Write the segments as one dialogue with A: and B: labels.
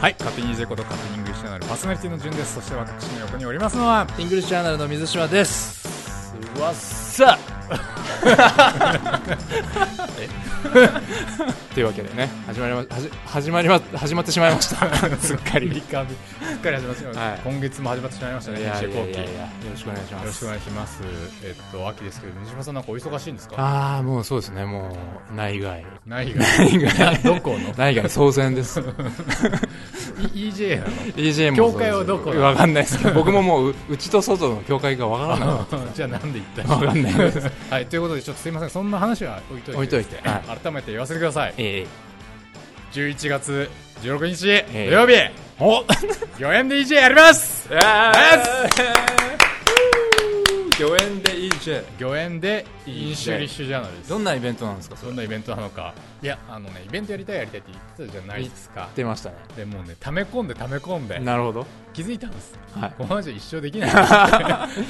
A: はい勝手に EJ ことカッティングシャナルパーソナリティの順ですそして私の横におりますのは
B: イングリッシュチャンネルの水島ですわっさというわけでね始まりまはじ始まりま始まってしまいました すっかり
A: リカビすっかり始まってしまいました、
B: はい
A: 今月も始まってしまいましたね
B: いやい
A: EJ
B: や
A: 後
B: い
A: 期
B: やいやよろしくお願いし
A: よ
B: ま
A: ろしくお
B: す
A: 願いしますえっと秋ですけど西島さんなんかお忙しいんですか
B: ああもうそうですねもう内外
A: ないが どこの
B: 内外騒然です
A: E- EJ なの
B: EJ も
A: 境界はどこだ
B: わかんないですけど僕ももうう内と外の境界がわからない
A: じゃあなんで言った
B: わかんないです
A: はいということでちょっとすいませんそんな話は置いといて
B: 置いといては
A: 改めて言わせてください
B: ええ
A: 11月16日土
B: え
A: 曜日
B: お
A: 4円で EJ やり ます
C: 魚園で EJ
A: 4円でインシュリッシュジャーナルです
B: どんなイベントなんですかそれ
A: どんなイベントなのかいやあのねイベントやりたいやりたいって言ってたじゃないですか
B: 出ましたね
A: でもうね溜め込んで溜め込んで
B: なるほど
A: 気づいたんです
B: はい
A: この話一生できない なって
B: い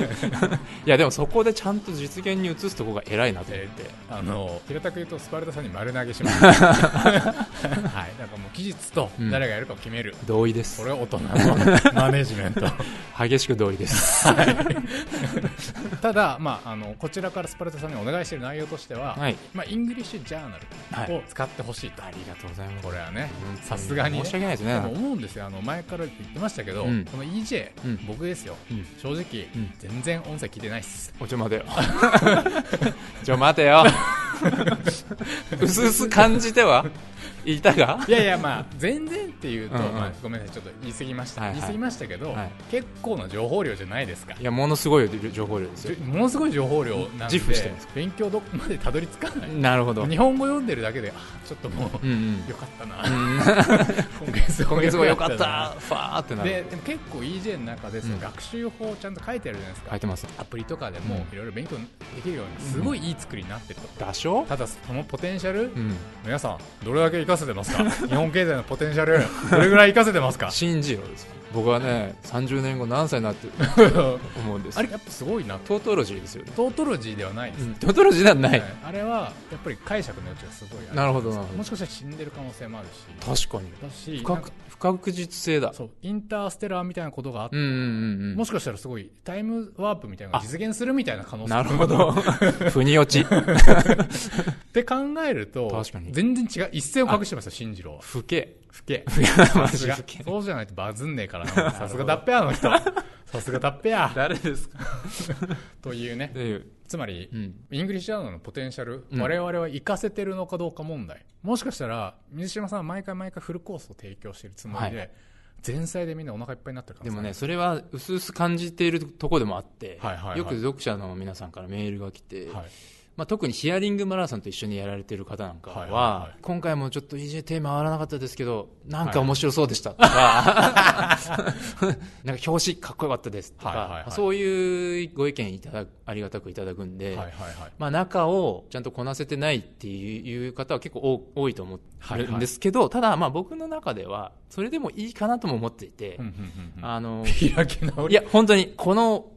B: やでもそこでちゃんと実現に移すとこが偉いなと思っ
A: え
B: て、
A: ーあの平たく言うとスパルタさんに丸投げしま したはいなんかもう期日と
B: うん
A: 誰がやるかを決める、
B: 同意です
A: これは大 人のマネジメント
B: 激しく同意です
A: ただ、まあ、あのこちらからスパルタさんにお願いしている内容としては、
B: はい
A: まあ、イングリッシュジャーナ
B: はい
A: ルを使ってほしいと、
B: ありがとうございます
A: これはねさすがにね
B: 申し訳ないですね
A: でも思うんですよあの前から言ってましたけど、
B: うん
A: この EJ、
B: うん
A: 僕ですよ、
B: うん
A: 正直、
B: うん
A: 全然音声聞いてないっす
B: おちょ待て よちょ待てようすうす感じてはいたが
A: いやいやまあ全然っていうと、
B: うんうん
A: まあ、ごめんなさいちょっと言い過ぎました、
B: はいはい
A: 言い過ぎましたけど、
B: はい
A: 結構な情報量じゃないですか
B: いやものすごい情報量です
A: じ
B: よ
A: ゅものすごい情報量なんで
B: 自負してます
A: 勉強どこまでたどり着かない、
B: なるほど
A: 日本語読んでるだけであちょっともう、
B: うんうん
A: よかったな、
B: 今
A: 今月
B: 月もよかっ
A: な
B: たファーってな
A: で
B: る
A: でも結構 EJ の中でその
B: うん
A: 学習法をちゃんと書いてあるじゃないですか、
B: 書いてます
A: アプリとかでもいろいろ勉強できるようにすごいいい作りになってると、
B: 打賞
A: ただそのポテンシャル、
B: うん
A: 皆さんどれだけ活かせてますか 日本経済のポテンシャルどれぐらい活かせてますか
B: 信じろです僕はね30年後何歳になってると思うんです
A: あれやっぱすごいな
B: トートロジーですよね
A: トートロジーではないです、
B: うんトートロジーではない
A: はいあれはやっぱり解釈の余地がすごいある
B: なるほどなるほ
A: もしかしたら死んでる可能性もあるし
B: ど確かに
A: だし
B: 不
A: なん
B: 確
A: か
B: 不確実性だ
A: そうインターステラーみたいなことがあって
B: うんうんうん
A: もしかしたらすごいタイムワープみたいなのが実現するみたいな可能性
B: なる ほど 腑に落ち
A: って考えると
B: 確か、に
A: 全然違う。一線を隠してました、新次郎は。
B: 不敬
A: ふけ。
B: マ
A: さ
B: ジ
A: すが
B: 不敬。
A: そうじゃないとバズんねえからな。さすがだっぺや、あの人。さすがだっぺや。
B: 誰ですか
A: というね
B: っ。ていう
A: つまり
B: う、ん
A: イングリッシュアナのポテンシャル、
B: うん
A: 我々は活かせてるのかどうか問題。もしかしたら、水島さんは毎回毎回フルコースを提供してるつもり
B: は
A: で、前菜でみんなお腹いっぱいになってるか
B: で
A: ら
B: もね、それは薄々感じているとこでもあって、
A: はいはいはい
B: よく読者の皆さんからメールが来て、
A: はい。
B: まあ、特にヒアリングマラソンと一緒にやられてる方なんかは、
A: はいはいはい
B: 今回もちょっと EJ テーマ合わらなかったですけど、なんか面白そうでしたと か、なんか表紙かっこよかったですとか、
A: はいはいはい
B: そういうご意見いただくありがたくいただくんで、
A: はいはいはい。
B: まあ、中をちゃんとこなせてないっていう方は結構多多いと思
A: はいは
B: る
A: い
B: んですけど、ただまあ僕の中ではそれでもいいかなとも思っていて、
A: うんうんうんうん
B: あの
A: 開き直
B: い
A: り。
B: や本当にこの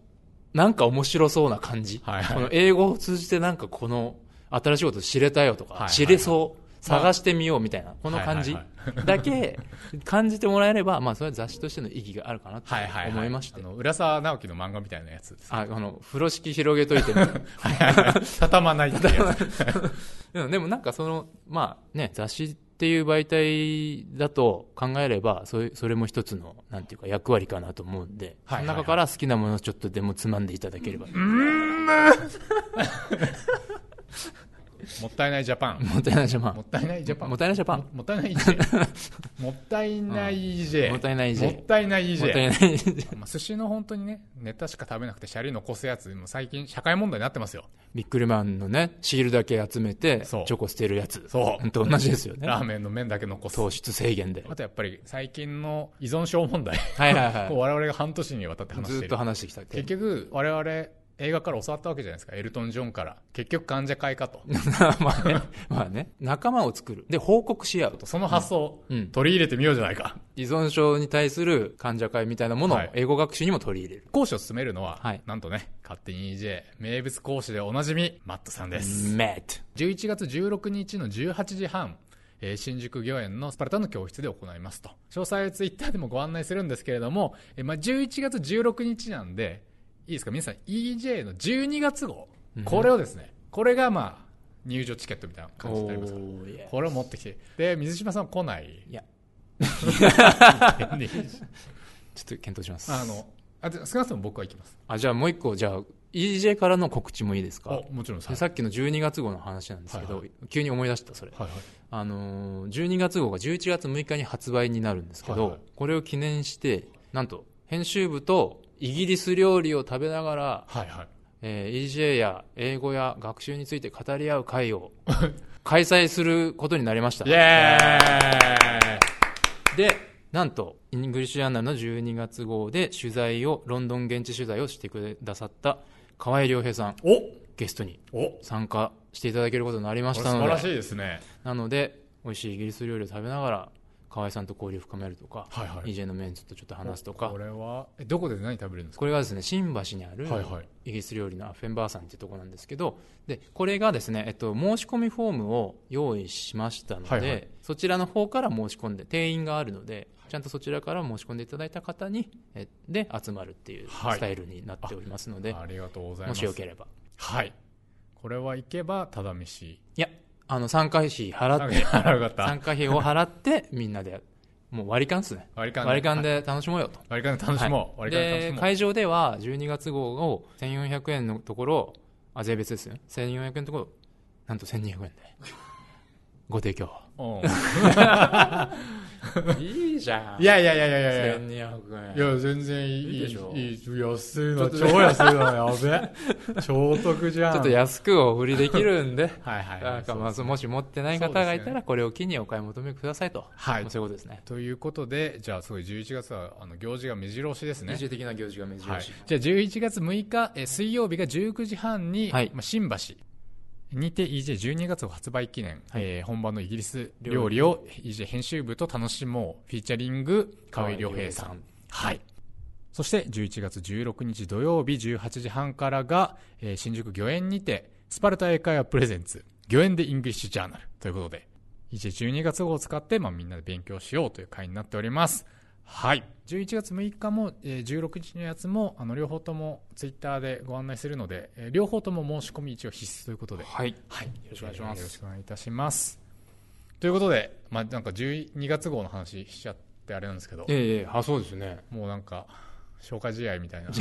B: なんか面白そうな感じ、
A: はいはい
B: この英語を通じてなんかこの新しいこと知れたよとか、
A: はいはいはい
B: 知れそう探してみようみたいな、この感じ
A: はい
B: だけ感じてもらえれば、まあ、それは雑誌としての意義があるかなと
A: はいはいはい。
B: 思いまして、
A: あの、浦沢直樹の漫画みたいなやつです。
B: あこの風呂敷広げといてみ たいな
A: はいはいはい。畳まないってや つ。
B: うん、でもなんかその、まあね、雑誌っていう媒体だと考えれば、それそれも一つの、なんていうか役割かなと思うんで、
A: はいはいはい
B: その中から好きなものをちょっとでもつまんでいただければ。
A: もったいないジャパン。
B: もったいないジャパ
A: も
B: ン
A: っ。たいないジャパン。
B: もったいないジャパン。も
A: もったいない EJ。もったいない EJ。
B: もったいない EJ
A: もったいない
B: ったい
A: EJ。
B: ない。
A: まあ、寿司の本当にね、ネタしか食べなくてシャリ残すやつ、もう最近社会問題になってますよ。
B: ビックリマンのね、シールだけ集めて、チ
A: そう
B: ョコ捨てるやつ。
A: そ
B: うんと同じですよね。
A: ラーメンの麺だけ残す。
B: 糖質制限で。
A: あとやっぱり最近の依存症問題。
B: はいはい
A: もう
B: は
A: 我々が半年にわたって
B: い。
A: 話し
B: ず
A: てる
B: っと。話してきたけ
A: 結
B: ど。
A: 局、我々映画から教わったわけじゃないですか。エルトン・ジョンから。結局患者会かと。
B: まあね、まあね。仲間を作る。で、報告し合うと。
A: その発想、
B: うん
A: 取り入れてみようじゃないか。
B: 依存症に対する患者会みたいなものを
A: はい
B: 英語学習にも取り入れる。
A: 講師を務めるのは、
B: はい
A: なんとね、勝手に EJ、名物講師でおなじみ、マットさんです。
B: メット。
A: 11月16日の18時半、えー新宿御苑のスパルタの教室で行いますと。詳細はツイッターでもご案内するんですけれども、えーまあ、11月16日なんで、いいですか皆さん EJ の12月号。これをですね、これがまあ、入場チケットみたいな感じになりますから。
B: おーいや
A: これを持ってきて。で、水島さん来 ない。
B: いや
A: に
B: ちょっと検討します
A: あの、あで少なくとも僕は行きます。
B: あじゃあもう一個じゃあ EJ からの告知もいいですか
A: あ、もちろんさ。
B: でさっきの12月号の話なんですけど、
A: はい
B: 急に思い出したそれ、
A: はいはい。
B: あのー12月号が11月6日に発売になるんですけど、
A: はいはい
B: これを記念してなんと編集部とイギリス料理を食べながら、
A: はいはい。
B: えー EJ や英語や学習について語り合う会 を開催することになりました
A: イエ
B: でなんとイングリッシュアンナルの12月号で取材をロンドン現地取材をしてくださった河合良平さん
A: ーイ
B: ゲストに
A: おお
B: 参加していただけることになりま
A: 素
B: したの
A: 晴
B: で
A: らしいですね。
B: なので美味しいイギリス料理を食べながら河合さんと交流を深めるとか、
A: はいはい
B: EJ のメンツとちょっと話すとか
A: これは、えどこで何食べるんですか
B: これがですね新橋にある
A: はいはい
B: イギリス料理のアフェンバーさんっていうところなんですけどでこれがですね、えっと、申し込みフォームを用意しましたので、
A: はいはい
B: そちらの方から申し込んで定員があるのでちゃんとそちらから申し込んでいただいた方にえで集まるっていう
A: はい
B: スタイルになっておりますので、
A: ありがとうござい
B: も
A: ま
B: しよ
A: す。
B: ければ
A: はい。これは行けば、ただ飯。
B: いやあの参加費払
A: あ、
B: って
A: 腹がった
B: 参。加費を払ってみんなでもう割り勘ですね
A: 割り勘で。
B: 割り勘
A: で。
B: で楽しもうよと
A: 割り勘で楽しもう。
B: はい
A: 割り勘で楽し
B: で
A: もう。
B: 会場では12月号を1400円のところあ税別ですよ1400円のところなんと1200円で ご提供
A: うん
B: いいじゃ
A: いやいやいやいやいやいや。
B: 1200
A: いや、全然いい。
B: いいでしょ
A: いい安いの、超安いの、や べ。超お得じゃん。
B: ちょっと安くお売りできる んで
A: はいはいはい
B: なんかまあもし持ってない方がいたらこれを機にお買い求めくださいと
A: はい
B: もうそういうことですね
A: ということで、じゃあすごい11月はあの行事が目白押しですね。
B: 日常的な行事が目
A: は
B: 白
A: い、
B: し
A: じゃあ11月6日、えー水曜日が19時半に、
B: はい
A: まあ、新橋にて EJ12 月を発売記念、えー本場のイギリス料
B: 料
A: 理を EJ 編集部と楽しもうフィーチャリング河合良平さんはいそして11月16日土曜日18時半からが、えー新宿御苑にてスパルタ英会話プレゼンツ御苑でイングリッシュジャーナルということで EJ12 月号を使って、まあ、みんなで勉強しようという会になっておりますはい。11月6日も、えー16日のやつも、あの、両方ともツイッターでご案内するので、えー両方とも申し込み一応必須ということで、
B: はい
A: はい。よろ
B: しくお願いします
A: よろしくお願いいたします。ということで、まあ、なんか12月号の話しちゃってあれなんですけど、
B: ええあそうですね
A: もうなんか、消化試合みた いな。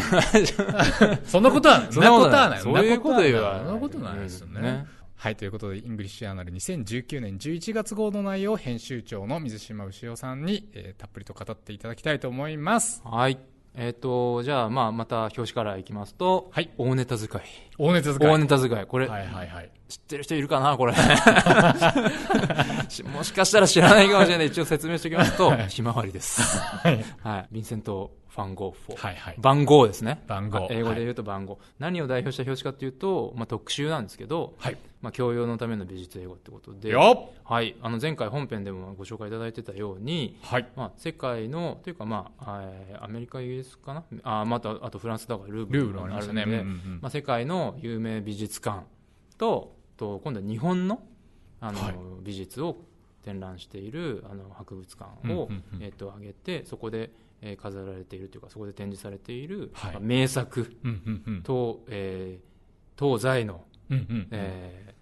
A: そんなことはない。そんなことはない。
B: そういうこと言わ
A: そんなことはないですよね。はい、ということで、イングリッシュアナル2019年11月号の内容を編集長の水島牛夫さんに、えーたっぷりと語っていただきたいと思います。
B: はい。えっ、と、じゃあ、まあ、また表紙からいきますと、
A: はい
B: 大ネタ使い。
A: 大熱使い。
B: 大ネタ使い。これ、
A: はいはいはい。
B: 知ってる人いるかなこれ。 しもしかしたら知らないかもしれない。一応説明しておきますと、ひまわりです。
A: はい
B: はい。ヴィンセント・ファンゴッフォ。
A: はいはい。
B: 番号ですね。
A: 番号
B: あ英語で言うと番号。何を代表した表紙かというと、まあ、特集なんですけど、
A: はい。
B: まあ、教養のための美術英語ってことで、
A: よっ
B: はい。あの、前回本編でもご紹介いただいてたように、
A: はい。
B: まあ、世界のというか、まあえーアメリカ、イギリスかなあまたあとフランスだからルーブル
A: ルーブルありましたね。
B: あるので
A: うんうんうん
B: まあ、世界の有名美術館とと今度は日本のあの、
A: はい
B: 美術を展覧しているあの博物館を、
A: うんうんうん
B: えっと挙げてそこで、えー飾られているというかそこで展示されている、
A: はい
B: まあ名作
A: うんうんうん
B: と、えー東西の、
A: うんうんうん
B: えー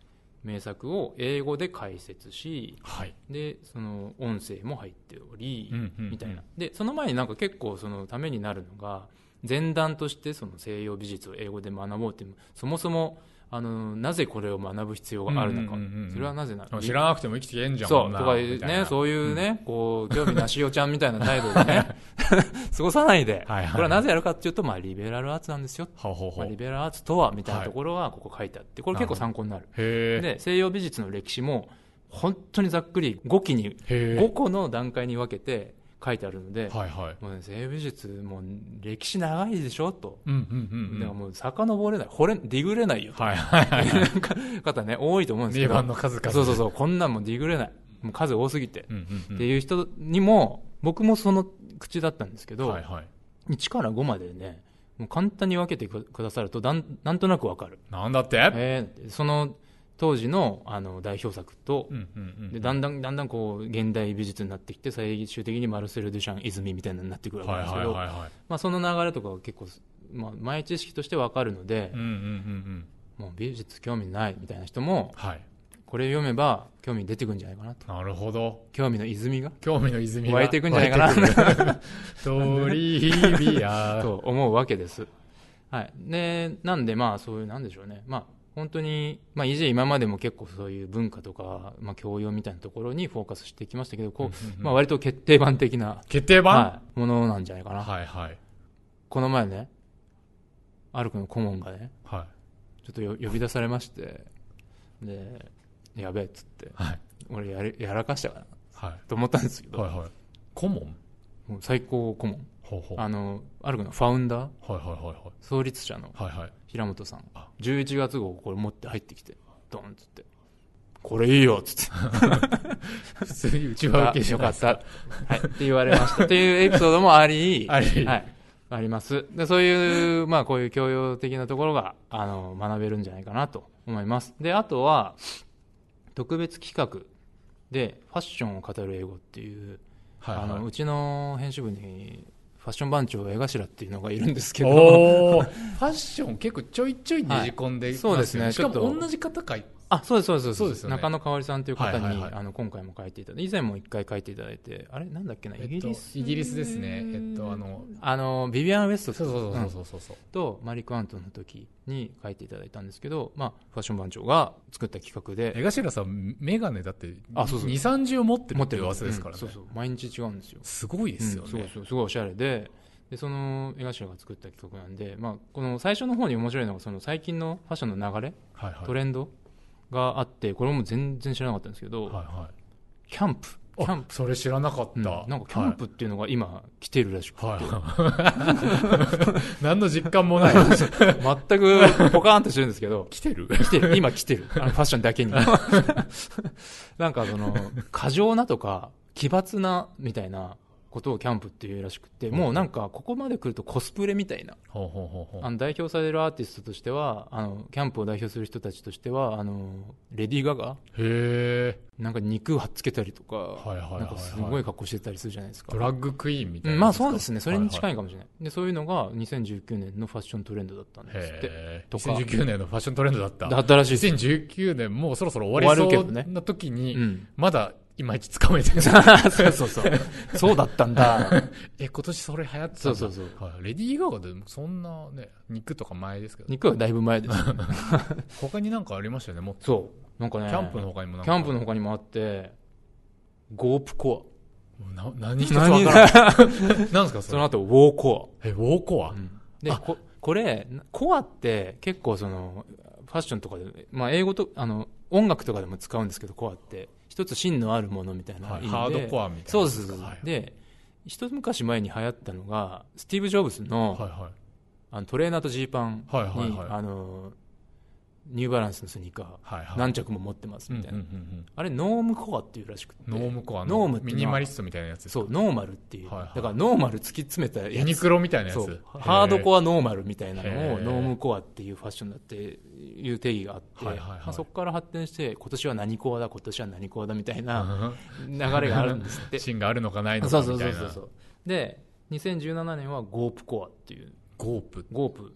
B: 名作を英語で解説し
A: はい。
B: でその音声も入っており、
A: うんうんうん
B: みたいな。でその前になんか結構そのためになるのが前段としてその西洋美術を英語で学ぼうっていうそもそもあのなぜこれを学ぶ必要があるのか、
A: うんうんうんうん
B: それはなぜなのか
A: 知らなくても生きていけんじゃん。
B: そう
A: 女
B: とかい
A: み
B: う
A: たいな
B: ねそういうね、こう興味なしおちゃんみたいな態度でね 過ごさないで
A: はいはい
B: これはなぜやるかっていうと、まあ、リベラルアーツなんですよ、
A: ほうほうほ
B: まあ、
A: う
B: リベラルアーツとはみたいなところはここ書いてあってこれ結構参考になる
A: へえ。
B: で西洋美術の歴史も本当にざっくり5期に
A: へえ。
B: 5個の段階に分けて書いてあるので、
A: はいはい。
B: もうね、西洋美術もう歴史長いでしょと、
A: うんうんうん
B: だ
A: う
B: から
A: ん。
B: もう遡れない掘れディグれないよ
A: はいはい
B: という方ね多いと思うんです
A: 名
B: けど
A: 盤の数々。
B: そうそうそうこんなんもうディグれないもう数多すぎて、
A: うんうんうん。
B: っていう人にも僕もその口だったんですけど、
A: はいはい。
B: 1から5までねもう簡単に分けてくくださるとだんなんとなくわかる、
A: なんだって
B: えーその当時のあの代表作と、
A: うんうんうん
B: でだんだんだんだんこう現代美術になってきて最終的にマルセル・デュシャン泉みたいなのになってくるわけ
A: は
B: ないんです
A: は
B: け
A: い
B: ど、
A: はいはい
B: まあ、その流れとかは結構、まあ、前知識として分かるので
A: うん、うんうんうん
B: もう美術興味ないみたいな人も
A: はい
B: これ読めば興味出てくるんじゃないかなと
A: なるほど
B: 興味の泉が
A: 興味の泉が
B: 湧いてくんじゃないかな
A: 湧いてくる トリビア
B: と思うわけです。はい、でなんでまあそういうなんでしょうね、まあ、本当に、まあ、以前今までも結構そういう文化とか、まあ、教養みたいなところにフォーカスしてきましたけどこう、
A: うんうんうん
B: まあ、割と決定版的な、
A: 決定版
B: はい、ものなんじゃないかな、
A: はいはい
B: この前ねあるくの顧問がね
A: は
B: ちょっとよ呼び出されましてでやべえっつって
A: いはい
B: 俺やれやらかしたかな
A: は
B: と思ったんですけ
A: い
B: ど、
A: はいはい顧問
B: もう最高顧問
A: ほうほうは
B: あのあるくのファウンダー
A: いはいはいはい
B: 創立者の
A: はいはい
B: 平本さん
A: あ
B: 11月号これ持って入ってきてドンっつって「これいいよ」っつ って
A: 普通にうち
B: 「
A: は
B: あ
A: 受けし
B: よ
A: な
B: か
A: い
B: った」 はい、って言われましたっていうエピソードも あり
A: あり
B: はい、ありますでそういうまあこういう教養的なところがあの学べるんじゃないかなと思いますであとは特別企画でファッションを語る英語っていう、
A: はい
B: あの
A: は
B: うちの編集部にファッション番長江頭っていうのがいるんですけ
A: い
B: ど
A: おおファッション結構ちょいちょいねじ込んでいますよ
B: はいそうですね
A: しかも
B: ちょっと
A: 同じ方かい
B: あそうですそうです
A: そうですよね
B: 中野香織さんという方に、
A: はいはいはい
B: あの今回も書いていただいて以前も一回書いていただいてあれなんだっけなイギリ
A: え
B: ス、
A: っと、イギリスですねえっとあの
B: あのビビアン・ウェス
A: そ
B: ト
A: うそう
B: うん
A: そうそうそうそう
B: とマリック・アントンの時に書いていただいたんですけど、まあ、ファッション番長が作った企画で
A: 江頭さん眼鏡だって
B: あそうそう
A: 二三重持ってる
B: 持っ
A: ってて
B: る
A: いう噂ですからね
B: うんそうそう毎日違うんですよ
A: すごいですよ
B: う
A: ね、
B: んそうそうすごいおしゃれででその江頭が作った企画なんで、まあ、この最初の方に面白いのがその最近のファッションの流れ
A: はいはい
B: トレンドがあってこれも全然知らなかったんですけど、
A: はいはい
B: キャンプキャンプ
A: それ知らなかった、
B: うんなんかキャンプっていうのが今来てるらしくて、
A: はい、はい、何の実感もない
B: 全くポカーンとしてるんですけど
A: 来てる
B: 来てる 今来てるあのファッション だけに なんかその過剰なとか奇抜なみたいなことをキャンプっていうらしくてもうなんかここまで来るとコスプレみたいな
A: ほうほうほうほう
B: あの代表されるアーティストとしてはあのキャンプを代表する人たちとしてはあのレディー・ガガ
A: へえ
B: なんか肉はっつけたりとか、
A: いはいはいはい
B: なんかすごい格好してたりするじゃないですか
A: ドラッグクイーンみた
B: う
A: い
B: ん
A: な
B: まあそうですねそれに近
A: い
B: いかもしれない、でそういうのが2019年のファッショントレンドだったんですって
A: へえ
B: とか
A: 2019年のファッショントレンドだった
B: だったらしいです、
A: 2019年もうそろそろ終わり
B: 終
A: そ
B: わるけど
A: う
B: ね
A: な時に、
B: うん、
A: まだいまいちつかめてない
B: そうそうそうそうだったんだ
A: え今年 それ流行ってたんだ
B: そうそうそう
A: はい、レディー・ガガでもそんなね肉とか前ですけど
B: 肉はだいぶ 前です
A: 他になんかありましたよねもっと
B: そうなんか
A: キ
B: ね
A: ャンプの他にもなん
B: キ
A: か
B: ャンプの他にもあってゴープコ
A: な何一つ
B: ア
A: わからん
B: 何
A: 何ですかそ
B: そ
A: れ
B: の後ウォーコ
A: えウォーコア、
B: ア、で
A: あ
B: ここれコアって結構そのファッションとかで、まあ、英語とあの音楽とかでも使うんですけどコアって一つ芯のあるものみたいな意
A: は
B: 味
A: い、
B: で、
A: ハードコアみたいな
B: そうですそうです
A: はい
B: で一昔前に流行ったのがスティーブ・ジョブズの,、
A: はいは
B: あのトレーナーとジーパンに、
A: はいはいはい
B: あのニューバランスのスニーカー、
A: いはいはい
B: 何着も持ってます
A: うんうん
B: みたいな、
A: うん
B: あれノームコアっていうらしくて
A: うんノームコア
B: ノー
A: の
B: ムって
A: ミニマリストみたいなやつです
B: そうノーマルっていう、
A: はいはい
B: だからノーマル突き詰めたやつ
A: ユニクロみたいなや
B: そ
A: つ
B: うハー ドコ
A: ア
B: アノーマルみたいなの
A: へ
B: を
A: ー
B: ノームコアっていうファッションだっていう定義があって、
A: はいはいはい
B: まあ、そこから発展して今年は何コアだ今年は何コアだみたいな
A: な
B: 流れがあるんです って
A: 芯があるのかないの
B: そ
A: か
B: うそう
A: み
B: そ
A: た
B: う
A: いな
B: そうそうで2017年はゴープコアっていう
A: ゴープ
B: ゴープ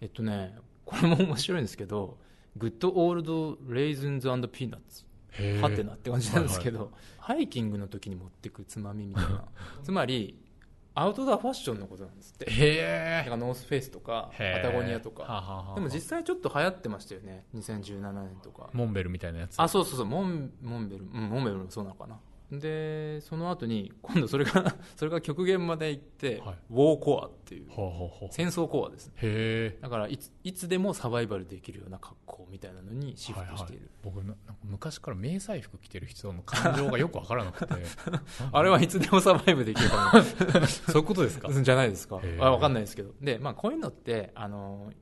B: えっとねこれも面白いんですけどグッドオールドレイズンズピーナッツ
A: へー
B: ハテナって感じなんですけど、ハイキングの時に持ってくつまみみたい なつまりアウトドアファッションのことなんですって
A: へ
B: なんかノースフェイスとかパ
A: え
B: タゴニアとかでも実
A: 際
B: 際ちょっと流行ってましたよね2017年とか
A: モンベルみたいなやつ
B: あそうそうそうモンモンベル、うん、モンベルもそうなのかなでその後に今度それが それが極限まで行って、
A: はい
B: ウォーコアっていう
A: ほうほうほう
B: 戦争コアですね
A: へえ
B: だからいついつでもサバイバルできるような格好みたいなのにシフトしている、
A: 僕ななんか昔から迷彩服着てる人の感情がよくわからなくて
B: あれはいつでもサバイブできるか
A: そういうことですから
B: じゃないですか
A: へー
B: あわかんないですけどでまあこういうのってあの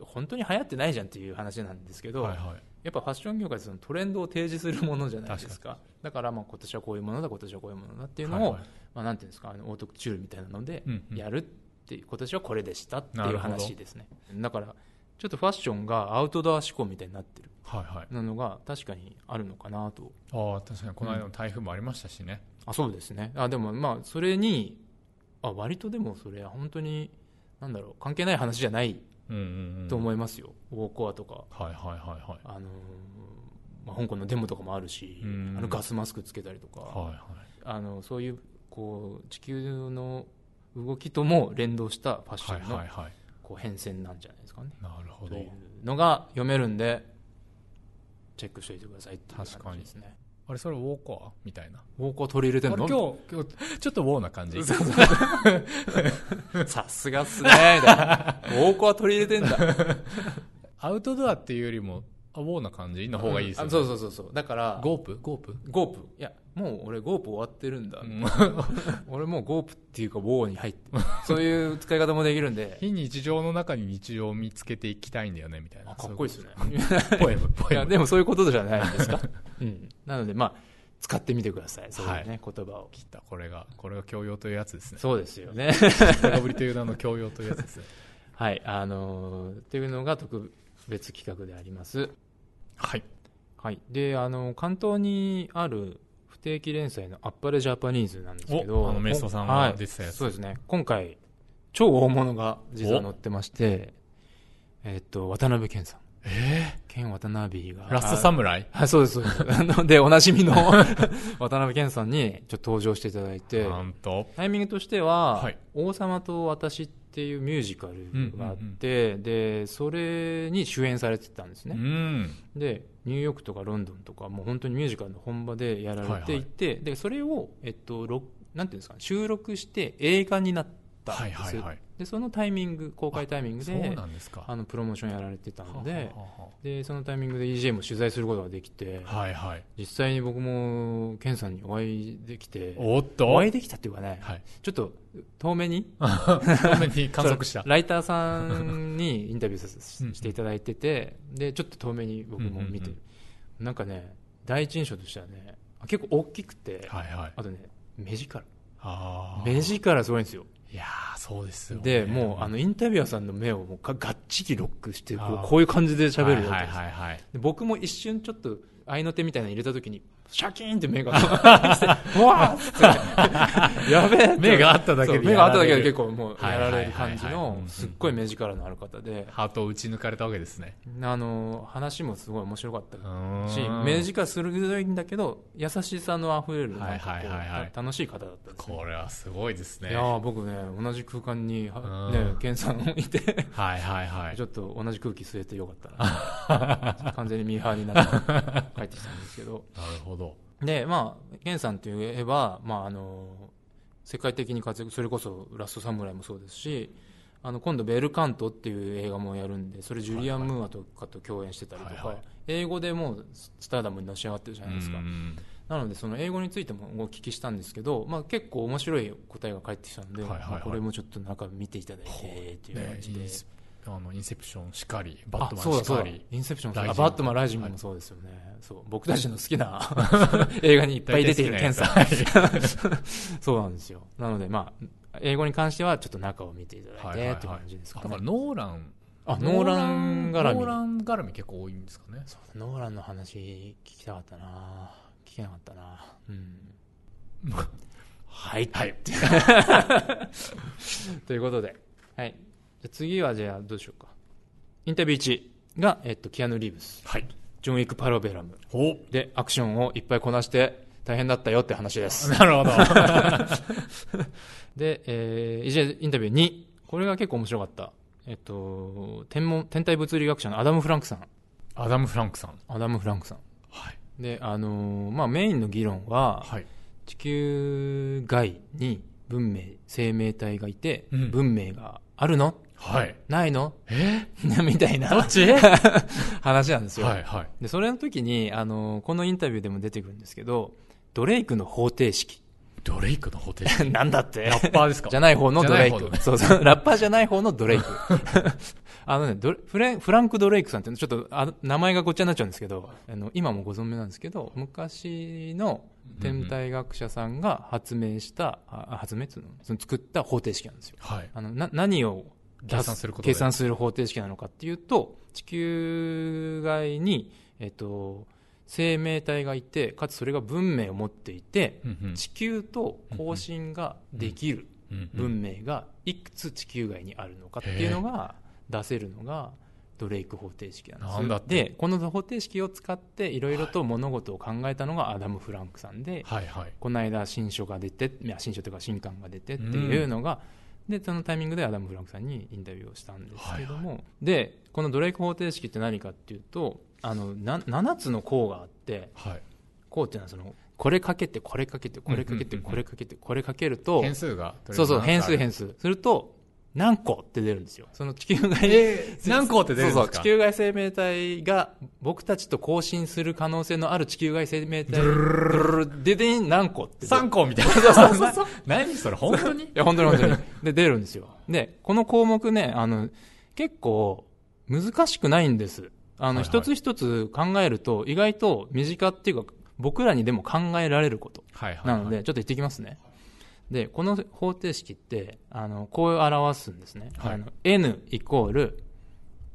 B: 本当に流行ってないじゃんっていう話なんですけど、
A: はいはい
B: やっぱファッション業界ってそのトレンドを提示するものじゃないですかだからまあ今年はこういうものだ今年はこういうものだっていうのを、
A: はいはい
B: まあ、なんていうんですかあのオートクチュールみたいなので
A: うんうん
B: やるっていう、今年はこれでしたって
A: ないる
B: う
A: ほど
B: 話ですねだからちょっとファッションがアウトドア思考みたいになってる
A: はいはい
B: なのが確かにあるのかなと
A: ああ確かにこの間の台風もありましたしね、
B: あそうですねあでもまあそれにあ割とでもそれ本当になんだろう関係ない話じゃない
A: うん、うんうん
B: と
A: う
B: 思いますよ、ウォーコアとか、
A: はいはいはいはい
B: あのーまあ、香港のデモとかもあるし、
A: うん
B: あのガスマスクつけたりとか、
A: はいはい
B: あのそういうこう地球の動きとも連動したファッシ
A: は
B: ョ
A: い
B: ンの
A: はいはい
B: こう変遷なんじゃないですかね、
A: なるほ
B: と
A: ど
B: いうのが読めるんでチェックしておいてくださいっていう
A: 確か
B: 感
A: に
B: じですね
A: あれそれウォーコアみたいな
B: ウォーコア取り入れて
A: あれ今
B: ん
A: 日
B: の
A: 今日ちょっとウォーな感じ
B: そうさすがっすねみたいなウォーコア取り入れてんだ
A: アウトドアっていうよりもあウォーな感じの方がいいですよ、ね
B: あそうそうそうそうだから
A: ゴープゴープ
B: ゴープいやもう俺ゴープ終わってるんだ、俺もうゴープっていうかウォーに入 ってるそういう使い方もできるんで
A: 非日常の中に日常を見つけていきたいんだよねみたいな
B: あかっこいいですね
A: そういうポエ ムポ
B: い
A: エ
B: や
A: ム
B: でもそういうことじゃないですか、 うん、なのでまあ使ってみてくださいそういうね、
A: は
B: 言葉を
A: 切ったこれがこれが教養というやつ ですね
B: そうですよね
A: 高ぶりという名の教養というやつですね
B: はいあのー、っていうのが特別企画であります
A: はい
B: はいであの関東にある不定期連載の「アッパレジャパニーズ」なんですけど
A: おあのメイソさんが出てたやつ
B: そうですね今回超大物が実は載ってましてえっと渡辺謙さん
A: え
B: 謙渡辺が
A: ー、ラストサムライ
B: はい、そうです、そうです。な ので、おなじみの 渡辺謙さんにちょっと登場していただいて、
A: なんと
B: タイミングとしては、
A: はい
B: 王様と私っていうミュージカルがあって、で、それに主演されてたんです
A: う
B: ね。
A: ん
B: で、ニューヨークとかロンドンとか、もう本当にミュージカルの本場でやられていて、で、それを、えっと、ろなんていうんですかね、収録して映画になったん
A: は
B: で
A: い
B: す。
A: はいはい
B: で、そのタイミング、公開タイミング
A: そ
B: で、
A: う
B: あ
A: なんですか
B: の、プロモーションやられてたので、
A: はあは
B: で、そのタイミングで EJ も取材することができて、
A: あはあはいはい
B: 実際に僕もケンさんにお会いできて
A: おっと
B: お
A: は
B: 会い
A: い
B: できたっていうかね、
A: はい
B: ちょっと遠目に
A: 正面に観測し た
B: ライターさんにインタビューさ
A: うんうん
B: ししていただいててでちょっと遠目に僕も見て、
A: うんうん
B: なんかね第一印象としてはねあ結構大きくて、
A: はいはい
B: あとね目力
A: あー
B: 目力すごいんですよ
A: いやーそうですよね
B: でもうあのインタビュアーさんの目をもうががっちりロックしてこ
A: あー
B: うこういう感じで喋るよ、
A: はいはいはいはい
B: で僕も一瞬ちょっと合いの手みたいなの入れた時にシャキーンって目 がしてうわーっつって やべえって
A: 目が合っただけで
B: そう目が合っただけ
A: やら
B: で
A: れる
B: 結構もう
A: はい
B: や
A: はいはい
B: ら
A: はい
B: れる感じ
A: うん
B: の
A: うん
B: すっごい目力のある方で、
A: ハートを打ち抜かれたわけですね
B: あの話もすごい面白かった
A: うーん
B: し目力鋭いんだけど優しさのあふれるなんかこう
A: はいはいはいはい
B: た楽しい方だったですね
A: これはすごいですね
B: いやー僕ね同じ空間に
A: うん
B: はねケンさんをいて
A: はいはいはい
B: ちょっと同じ空気吸えてよかっ たな完全にミーハーになって帰ってきたんですけど
A: なるほど
B: でまあ源さんといえば、まあ、あの世界的に活躍それこそ「ラストサムライ」もそうですしあの今度「ベルカント」っていう映画もやるんでそれジュリアン・ムーアとかと共演してたりとか、
A: はいはい
B: 英語でもうスターダムにのし上がってるじゃないですか、
A: うん
B: なのでその英語についてもお聞きしたんですけど、まあ、結構面白い答えが返ってきたので、
A: はいはいはい
B: まあこれもちょっと中見ていただいてっていう
A: ね
B: 感じで。
A: インスあのインセプションしかりバッ
B: あ
A: ト
B: そう
A: マン
B: だ
A: し
B: そう
A: か
B: だ
A: り
B: インセプションもそう
A: ラ
B: あ
A: イジン
B: バットマンライジングもそうですよね、そう僕たちの好 きな映画にいっぱい出ているケンさん
A: 大体好きなやつ
B: そうなんですよなのでまあ英語に関してはちょっと中を見ていただ
A: はいいはい
B: て
A: はい
B: っていう感じですか
A: だから
B: ね
A: ノーラン
B: あノーラン絡み
A: ノーラン絡み結構多いんですかね
B: そうノーランの話聞きたかったな聞けなかったなうんはい
A: はい
B: ということで、はい、じゃあ次はじゃあどうしようかインタビュー1が、えっと、キアヌ・リーブス
A: はい
B: ジョン・ウィック・パロベラム
A: お
B: でアクションをいっぱいこなして大変だったよって話です
A: なるほど
B: で、えー、以前インタビュー2これが結構面白かったえっと天文天体物理学者のアダム・フランクさん
A: アダム・フランクさん
B: アダム・フランクさん
A: はい
B: であのーまあメインの議論は
A: はい
B: 地球外に文明生命体がいて、
A: うん
B: 文明があるの
A: はい
B: ないの
A: え
B: みたいな
A: どっちは
B: 話なんです
A: い
B: よ、
A: はい
B: でそれの時にあのーこのインタビューでも出てくるんですけどドレイクの方程式
A: ドレイクのホテ ル
B: なんだって
A: ラッパーですか
B: じゃない方のドレイ
A: じゃない方の
B: ク
A: ね。
B: そうそう、ラッパーじゃない方のドレイク。 あのね、ドレフレンフランク・ドレイクさんっていうのちょっとあの名前がごっちゃになっちゃうんですけど、あの今もご存命なんですけど、昔の天体学者さんが発明した、あ発明っていうのその作った方程式なんですよ。
A: はい
B: あのな何を
A: 計算することで
B: 計算する方程式なのかっていうと地球外に、えっと、生命体がいてかつそれが文明を持っていて、
A: うんうん
B: 地球と交信ができる
A: うんうん
B: 文明がいくつ地球外にあるのかっていうのが出せるのがドレイク方程式なんです
A: なんだって
B: でこの方程式を使っていろいろと物事を考えたのがアダム・フランクさんで、
A: はいはい
B: この間新書が出ていや新書というか新刊が出てっていうのが、でそのタイミングでアダム・フランクさんにインタビューをしたんですけども、でこのドレイク方程式って何かっていうとあのな7つの項があって
A: はい
B: 項っていうのはそのこれかけてこれかけてこれかけて
A: うんうんうんうん
B: これかけてこれかけると
A: 変数が
B: そうそう変数
A: 数
B: 変数すると何個って出るんですよその地球外に
A: えー何個って出るん
B: そ
A: です
B: うそう
A: か
B: 地球外生命体が僕たちと交信する可能性のある地球外生命体ででん何個って出る
A: 3個み たいな。そうそうそうそう。何それ本当に
B: いや、本当に本当に。で、出るんですよ。で、この項目ね、あの、結構、難しくないんです。あ
A: はいは
B: の、
A: い
B: 一つ一つ考えると、意外と身近っていうか、僕らにでも考えられること。
A: はいはい。
B: なので、ちょっと言ってきますね。で、この方程式って、あの、こう表すんですね。
A: はい
B: あの、n イコール、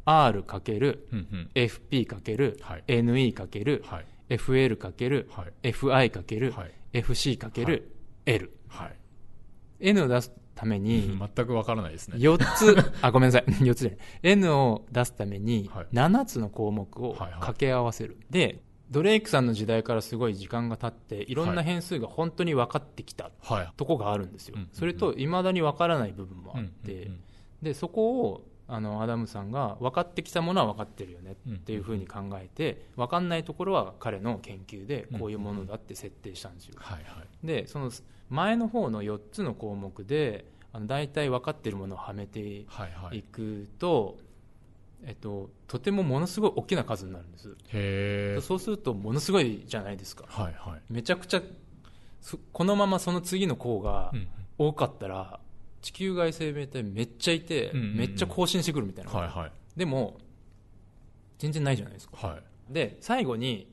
B: r かける、
A: うんうん。
B: fp かける
A: はい、
B: ne かける、
A: はい。
B: fl かける、
A: はい。
B: fi かける
A: はい、
B: fc かけ
A: はい
B: る、l。
A: はい。
B: n を出すため に、
A: 全くわからないですね。
B: 4つ、あ、ごめんなさい。4つじゃ ない。N を出すために
A: はい、
B: 7つの項目を掛け合わせる。で、ドレイクさんの時代からすごい時間が経って、いろん
A: は
B: ない変数が本当に分かってきた
A: はい。
B: とこがあるんですよ。
A: うんうんうん
B: それと、未だに分からない部分もあって、
A: うんうん
B: で、そこを、あの、アダムさんが分かってきたものは分かってるよねっていうふうに考えて、分かんないところは彼の研究でこういうものだって設定したんですよ
A: うん。はいはい。
B: でその前の方の4つの項目であの大体分かっているものをはめて
A: はいはい。
B: い
A: へ
B: くと、えっと、とてもものすごい大きな数になるんです
A: え。
B: そうするとものすごいじゃないですか
A: はいはい。
B: めちゃくちゃそこのままその次の項が
A: うん
B: 多かったら、地球外生命体めっちゃいて、
A: うんうんうん
B: めっちゃ更新してくるみたいな、
A: はいはい。
B: でも全然ないじゃないですか
A: はい。
B: で最後に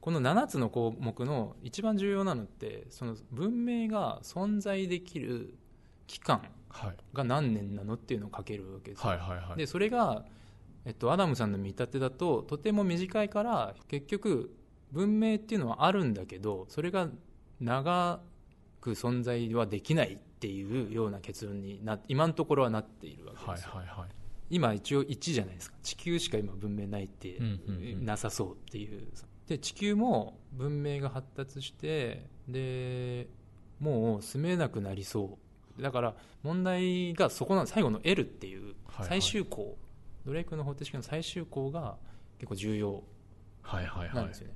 B: この7つの項目の一番重要なのってその文明が存在できる期間
A: はい。
B: が何年なのっていうのを書けるわけです、
A: はいはいはい。
B: でそれが、えっと、アダムさんの見立てだととても短いから結局文明っていうのはあるんだけどそれが長く存在はできないっていうような結論にな今のところはなっているわけ
A: はい
B: ですよ、
A: はいはい。
B: 今一応1じゃないですか地球しか今文明ないって、
A: うんうんうん
B: なさそうっていうで地球も文明が発達してでもう住めなくなりそうだから問題がそこなの最後の L っていう
A: はいはい
B: 最終項、ドレイクの方程式の最終項が結構重要
A: はいはいは
B: ないんです。よね、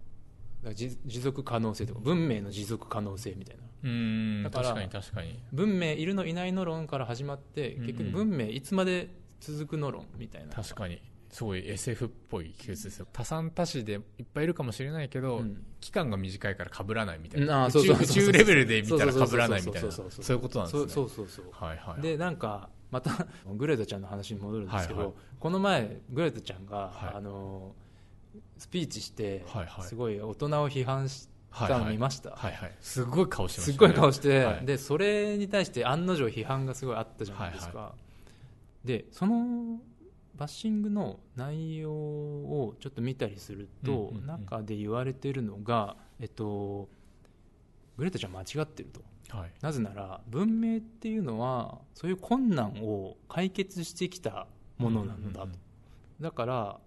B: だから持持続可能性とか文明の持続可能性みたいな
A: うーん。
B: だから
A: 確かに確かに。
B: 文明いるのいないの論から始まって結
A: うん
B: 局
A: うん
B: 文明いつまで続くの論みたいな
A: 確かに。すごい SF っぽい技術ですよ。多産多死でいっぱいいるかもしれないけど、
B: うん
A: 期間が短いから被らないみたい
B: うんあ
A: な。
B: ー
A: 宇
B: そう
A: 宙
B: そう
A: 宇
B: そう
A: 宙レベルで見たら被らないみたいな。
B: そうそうそうそう
A: そういうことなんですね。
B: そうそうそうそう
A: はいはい。
B: でなんかまたグレタちゃんの話に戻るんですけど、
A: はいはい
B: この前グレタちゃんが、
A: はい
B: あのスピーチして、
A: はいはい
B: すごい大人を批判したの見ました、
A: はいはい。すごい顔してました、
B: す
A: ね。
B: っごい顔して、
A: はい
B: でそれに対して案の定批判がすごいあったじゃないですか、でそのバッシングの内容をちょっと見たりすると、
A: うんうんうん
B: 中で言われてるのが、えっと、グレタちゃん間違ってると。
A: はい。
B: なぜなら文明っていうのはそういう困難を解決してきたものなのだと、
A: うんうん
B: だから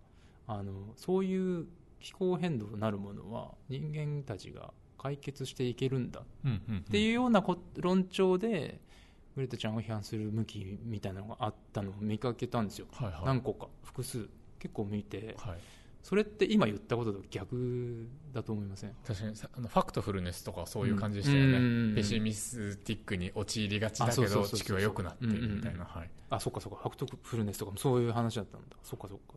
B: あのそういう気候変動なるものは人間たちが解決していけるんだっ
A: うんうん、
B: て
A: う
B: い
A: ん。
B: うようなこ論調でグレタちゃんを批判する向きみたいなのがあったのを見かけたんですよ、
A: はいはい。
B: 何個か複数結構見て
A: はい、
B: それって今言ったことと逆だと思いません
A: 確かにさあのファクトフルネスとかはそういう感じでしたよね、
B: うんうんうんうん
A: ペシミスティックに陥りがちだ
B: あそ
A: け
B: うそう
A: ど
B: そうそう
A: 地球は良くなってるみたいな、
B: うんうんうん
A: はい、
B: あそっかそっかファクトフルネスとかもそういう話だったんだそっかそっか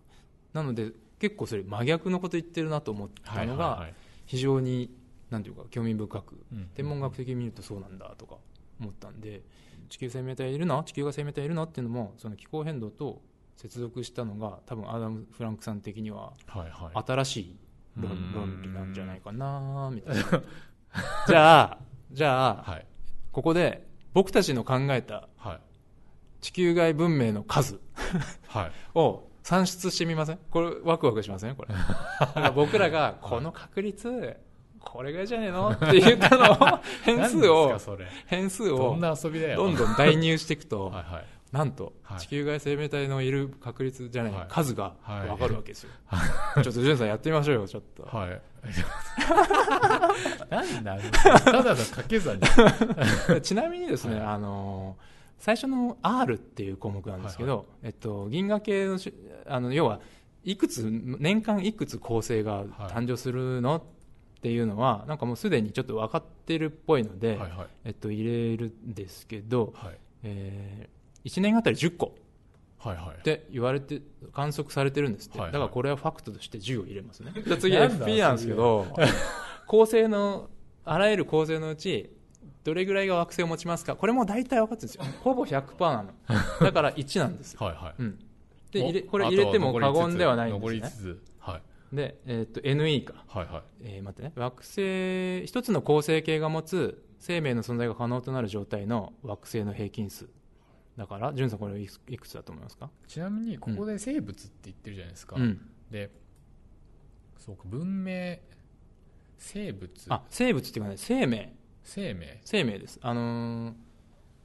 B: なので結構それ真逆のこと言ってるなと思ったのが
A: い
B: 非常に何ていうか興味深く
A: うん
B: 天文学的に見るとそうなんだとか思ったんで地球生命体いるな地球が生命体いるなっていうのもその気候変動と接続したのが多分アダム・フランクさん的には
A: はいはい
B: 新しい論
A: うん
B: 論理なんじゃないかなみたいな じゃあじゃあ
A: はい
B: ここで僕たちの考えた
A: はい
B: 地球外文明の数
A: はい。
B: を算出してみませんこれワクワクしませんこれだから 僕らがこの確率これぐらいじゃねえのって言ったのを変数
A: 何
B: を
A: ですかそれ。
B: 変数
A: ど
B: を
A: んな遊びだよ。
B: どんどん代入していく と
A: はいはい。
B: なんと
A: はい
B: 地球外生命体のいる確率じゃない、
A: はい
B: 数が
A: はい
B: わかるわけ ですよ、ちょっと潤さんやってみましょうよちょっと
A: はい。 何だただの掛け算じゃん
B: ちなみにですね、
A: はい
B: あのー最初の R っていう項目なんですけど、えっと、銀河系のしあの要はいくつ年間いくつ構成が誕生するの、っていうのはなんかもうすでにちょっと分かってるっぽいの
A: は
B: で、
A: いはい。
B: えっと、入れるんですけど、
A: はい。
B: え1年あたり10個
A: はいはい
B: っ。て言われて観測されてるんですって、
A: はいはい
B: だからこれはファクトとして10を入れますね じゃあ次
A: なんだ
B: FP なんですけど 構成のあらゆる構成のうちどれぐらいが惑星を持ちますかこれも大体分かってるんですよほぼ100%なのだから1なんですよ、
A: はいはい。
B: うん、で
A: お
B: 入れこれ入れても過言ではないんです
A: 残り
B: ね
A: つつ。はい。
B: で、えーっと NE か、
A: はいはい。
B: えー待ってね惑星一つの構成系が持つ生命の存在が可能となる状態の惑星の平均数だから潤さんこれいくいくつだと思いますか、
A: ちなみに、ここで生物って言ってるじゃないですか。
B: うん、
A: で、そうか、文明、生物、
B: あ生物っていうかね生命
A: 生命。
B: 生命ですあのー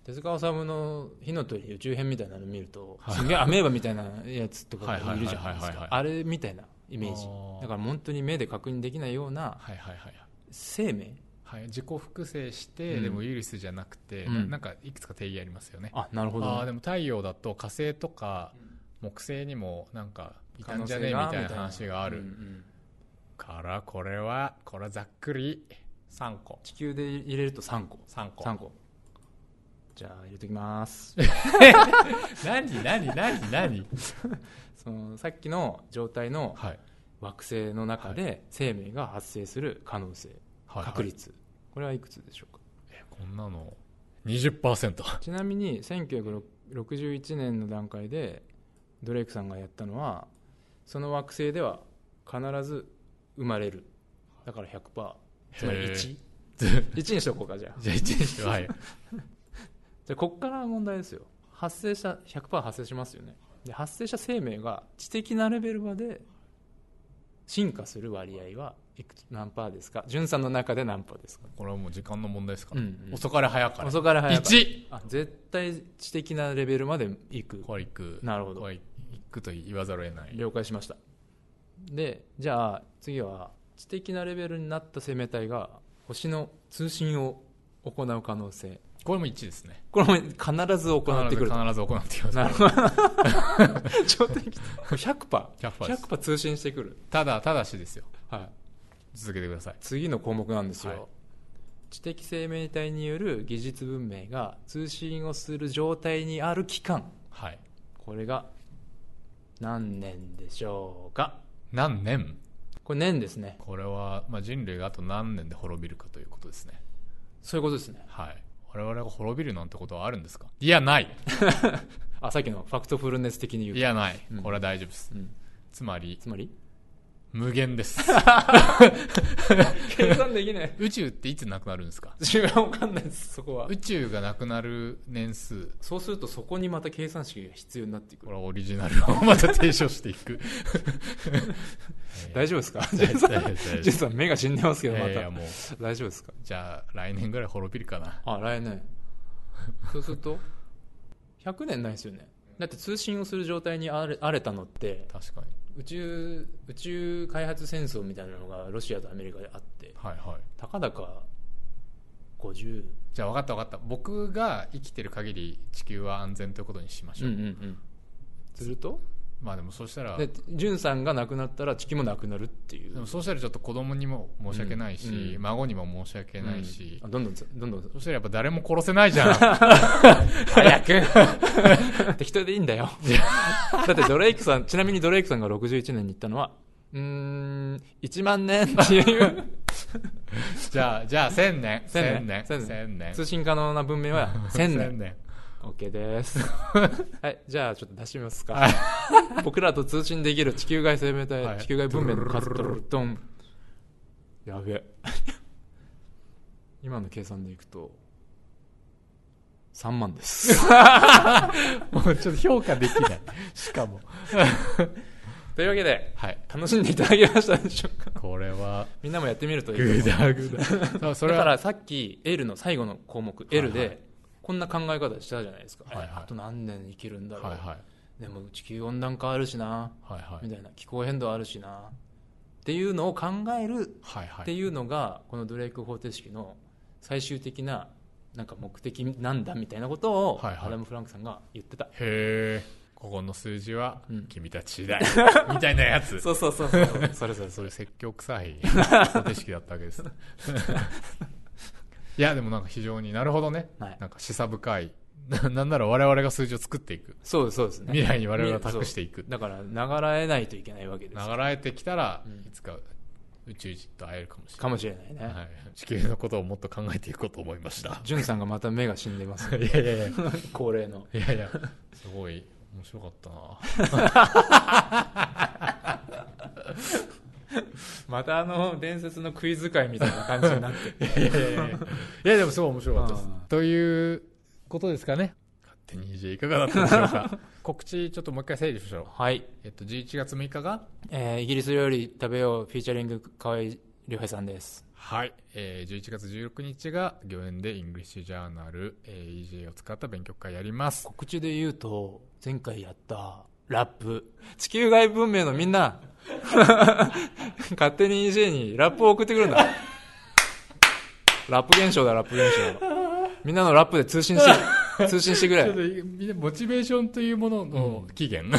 B: 手塚治虫の「火の鳥宇宙編」みたいなの見ると、
A: はい
B: すげえアメーバみたいなやつとかが
A: はい
B: いるじゃないで
A: はいはい
B: す
A: はいはいは
B: か
A: い
B: あれみたいなイメージ
A: あー
B: だから本当に目で確認できないような
A: はいはいはい。
B: 生命
A: はい、自己複製して、
B: うん
A: でもウイルスじゃなくて、
B: うん
A: ななんかいくつか定義ありますよね。
B: あなるほ
A: ああーで
B: ど、ね、
A: も太陽だと火星とか木星にもなんかいたんじゃねえみ
B: 可能性
A: た
B: が
A: いな話がある
B: うんうん
A: からこれはこれはざっくり3個
B: 地球で入れると3個
A: 3個
B: 3個じゃあ入れときます
A: 何何何何
B: そのさっきの状態の
A: はい
B: 惑星の中で生命が発生する可能性、
A: はい
B: 確率、これはいくつでしょうか
A: えこんなの20%
B: ちなみに1961年の段階でドレイクさんがやったのはその惑星では必ず生まれるだから100%つまり
A: へー
B: 11
A: じ
B: にしとこうかじゃあじ
A: ゃあ1にしてはい
B: ゃあこっから問題ですよ発生した100%発生しますよねで発生した生命が知的なレベルまで進化する割合はいくつ何パーですか潤さんの中で何パーですか
A: これはもう時間の問題ですから、
B: うんうん
A: 遅かれ早かれ
B: 遅かれ早かれ
A: 1
B: あ絶対知的なレベルまでいく
A: これいく
B: なるほど
A: これいくと言わざるを得ない
B: 了解しましたでじゃあ次は知的なレベルになった生命体が星の通信を行う可能性
A: これも1ですね
B: これも必ず行ってくる
A: 必ず必
B: と
A: ず行ってきます
B: なるほど 超適当 100%100%
A: 100%です
B: 100%通信してくる、
A: ただただしですよ
B: はい、
A: 続けてください
B: 次の項目なんですよ、
A: はい
B: 知的生命体による技術文明が通信をする状態にある期間
A: はい
B: これが何年でしょうか
A: 何年
B: これ年ですね
A: これは、まあ、人類があと何年で滅びるかということですね
B: そういうことですね
A: はい我々が滅びるなんてことはあるんですかいやない
B: あさっきのファクトフルネス的に言う
A: い
B: と
A: やない
B: うん
A: これは大丈夫です、
B: うん
A: つまり
B: つまり
A: 無限です
B: 計算できない
A: 宇宙っていつなくなるんですか
B: 自分は分かんないですそこは
A: 宇宙がなくなる年数
B: そうするとそこにまた計算式が必要になって
A: こ
B: くる
A: れはオリジナルを また提唱していく
B: 大丈夫ですか
A: 大丈夫大丈夫
B: ジェイさん目が死んでますけどまた、
A: いやいやもう
B: 大丈夫ですか
A: じゃあ来年ぐらい滅びるかな
B: あ来年そうすると100年ないですよねだって通信をする状態にあれあれたのって
A: 確かに
B: 宇宙宇宙開発戦争みたいなのがロシアとアメリカであって
A: はいはい
B: たかだか50
A: じゃあ分かった分かった僕が生きてる限り地球は安全ということにしましょう、
B: んすると
A: まあでもそうしたら
B: で
A: で
B: 潤さんが亡くなったらチキも亡くなるっていう
A: もそうしたらちょっと子供にも申し訳ないし、
B: うんうん
A: 孫にも申し訳ないし、
B: うんあどんどんつどんどん
A: そしたらやっぱ誰も殺せないじ ゃん
B: 早く 適当でいいんだ よだってドレイクさんちなみにドレイクさんが61年に行ったのはうーん1万年って いう
A: じゃあじゃあ1000年
B: 1000
A: 1000
B: 年
A: 年1000年
B: 通信可能な文明は1000
A: 1000
B: 年
A: 年
B: OK です はいじゃあちょっと出してみますか 僕らと通信できる地球外生命体、
A: はい
B: 地球外文明の数ドルドンや べえ今の計算でいくと3万です。
A: もうちょっと評価でき ない。しかも。
B: というわけで、
A: はい。
B: 楽しんでいただけましたでしょうか
A: これは、
B: みんなもやってみるといいと思い
A: ぐ
B: ます
A: だぐだ。そうそれ
B: だ
A: は
B: からさっき L の最後の項目 L
A: はいは
B: でこんな考え方したじゃないですか、
A: はいはい
B: えあと何年生きるんだろう、
A: はいはい。
B: でも地球温暖化あるしな、
A: はいはい。
B: みたいな気候変動あるしなっていうのを考える
A: はいはい。
B: っていうのがこのドレイク方程式の最終的ななんか目的なんだみたいなことを
A: はいはい
B: アダム・フランクさんが言ってた、
A: へえ。ここの数字は
B: うん
A: 君たち次 第。みたいなやつ。
B: そうそうそう そうそれそれ
A: そ
B: そ
A: れ
B: れ
A: 説教臭 い方程式だったわけです。 いや、でもなんか非常になるほどね。
B: はい
A: なんか示唆深い。ななんなら我々が数字を作っていく。
B: そうですそうですね
A: 未来に我々が託していく
B: そうだから流らえないといけないわけです
A: 流れてきたら、
B: うん
A: いつか宇宙人と会えるかもしれ
B: か
A: ない。
B: もしれないね、
A: はい、地球のことをもっと考えていこうと思いました。
B: ジュンさんがまた目が死んでます
A: いやいやいや、い
B: 恒例の
A: やいや、すごい面白かったな。
B: またあの伝説のクイズ会みたいな感じになっ てる
A: いやいやいやいやいやでもすごい面白かったです
B: うん
A: ということですかね勝手に EJ いかがだったでしょう か告知ちょっともう一回整理しましょう
B: はい、
A: えっと11月6日が
B: えーイギリス料理食べようフィーチャリング河合良平さんです
A: はい、えー、11月16日が御苑でイングリッシュジャーナル、えー、EJ を使った勉強会やります
B: 告知で言うと前回やったラップ地球外文明のみんな勝手に EJ にラップを送ってくるんだラップ現象だラップ現象みんなのラップで通信して通信してく
A: ちょっ
B: れ
A: とみんなモチベーションというものの期限、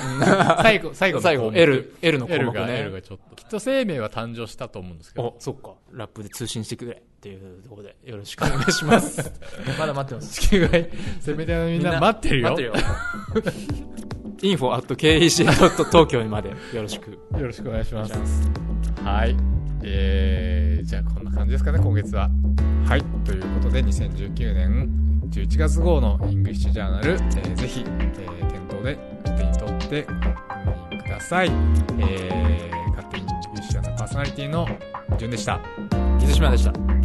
A: 最後最後の
B: 最後
A: 項目
B: L, L の項
A: L
B: 目
A: が
B: ね
A: L がちょっときっと生命は誕生したと思うんですけど
B: おそっかラップで通信してくれっていうところでよろしくお願いします まだ待ってます
A: 地球外生命体のみんな待ってるよ
B: 待ってるよ info at kec.tokyo にまでよろしく
A: よろしくお願いし
B: お願
A: ます
B: いします
A: はい、えー、じゃあこんな感じですかね今月ははいということで2019年11月号のイングリッシュジャーナル、えーぜひ、えー店頭で手に取ってご購入ください、えー、勝手にイングリッシュジャーナルパーソナリティの順でした
B: 水島でした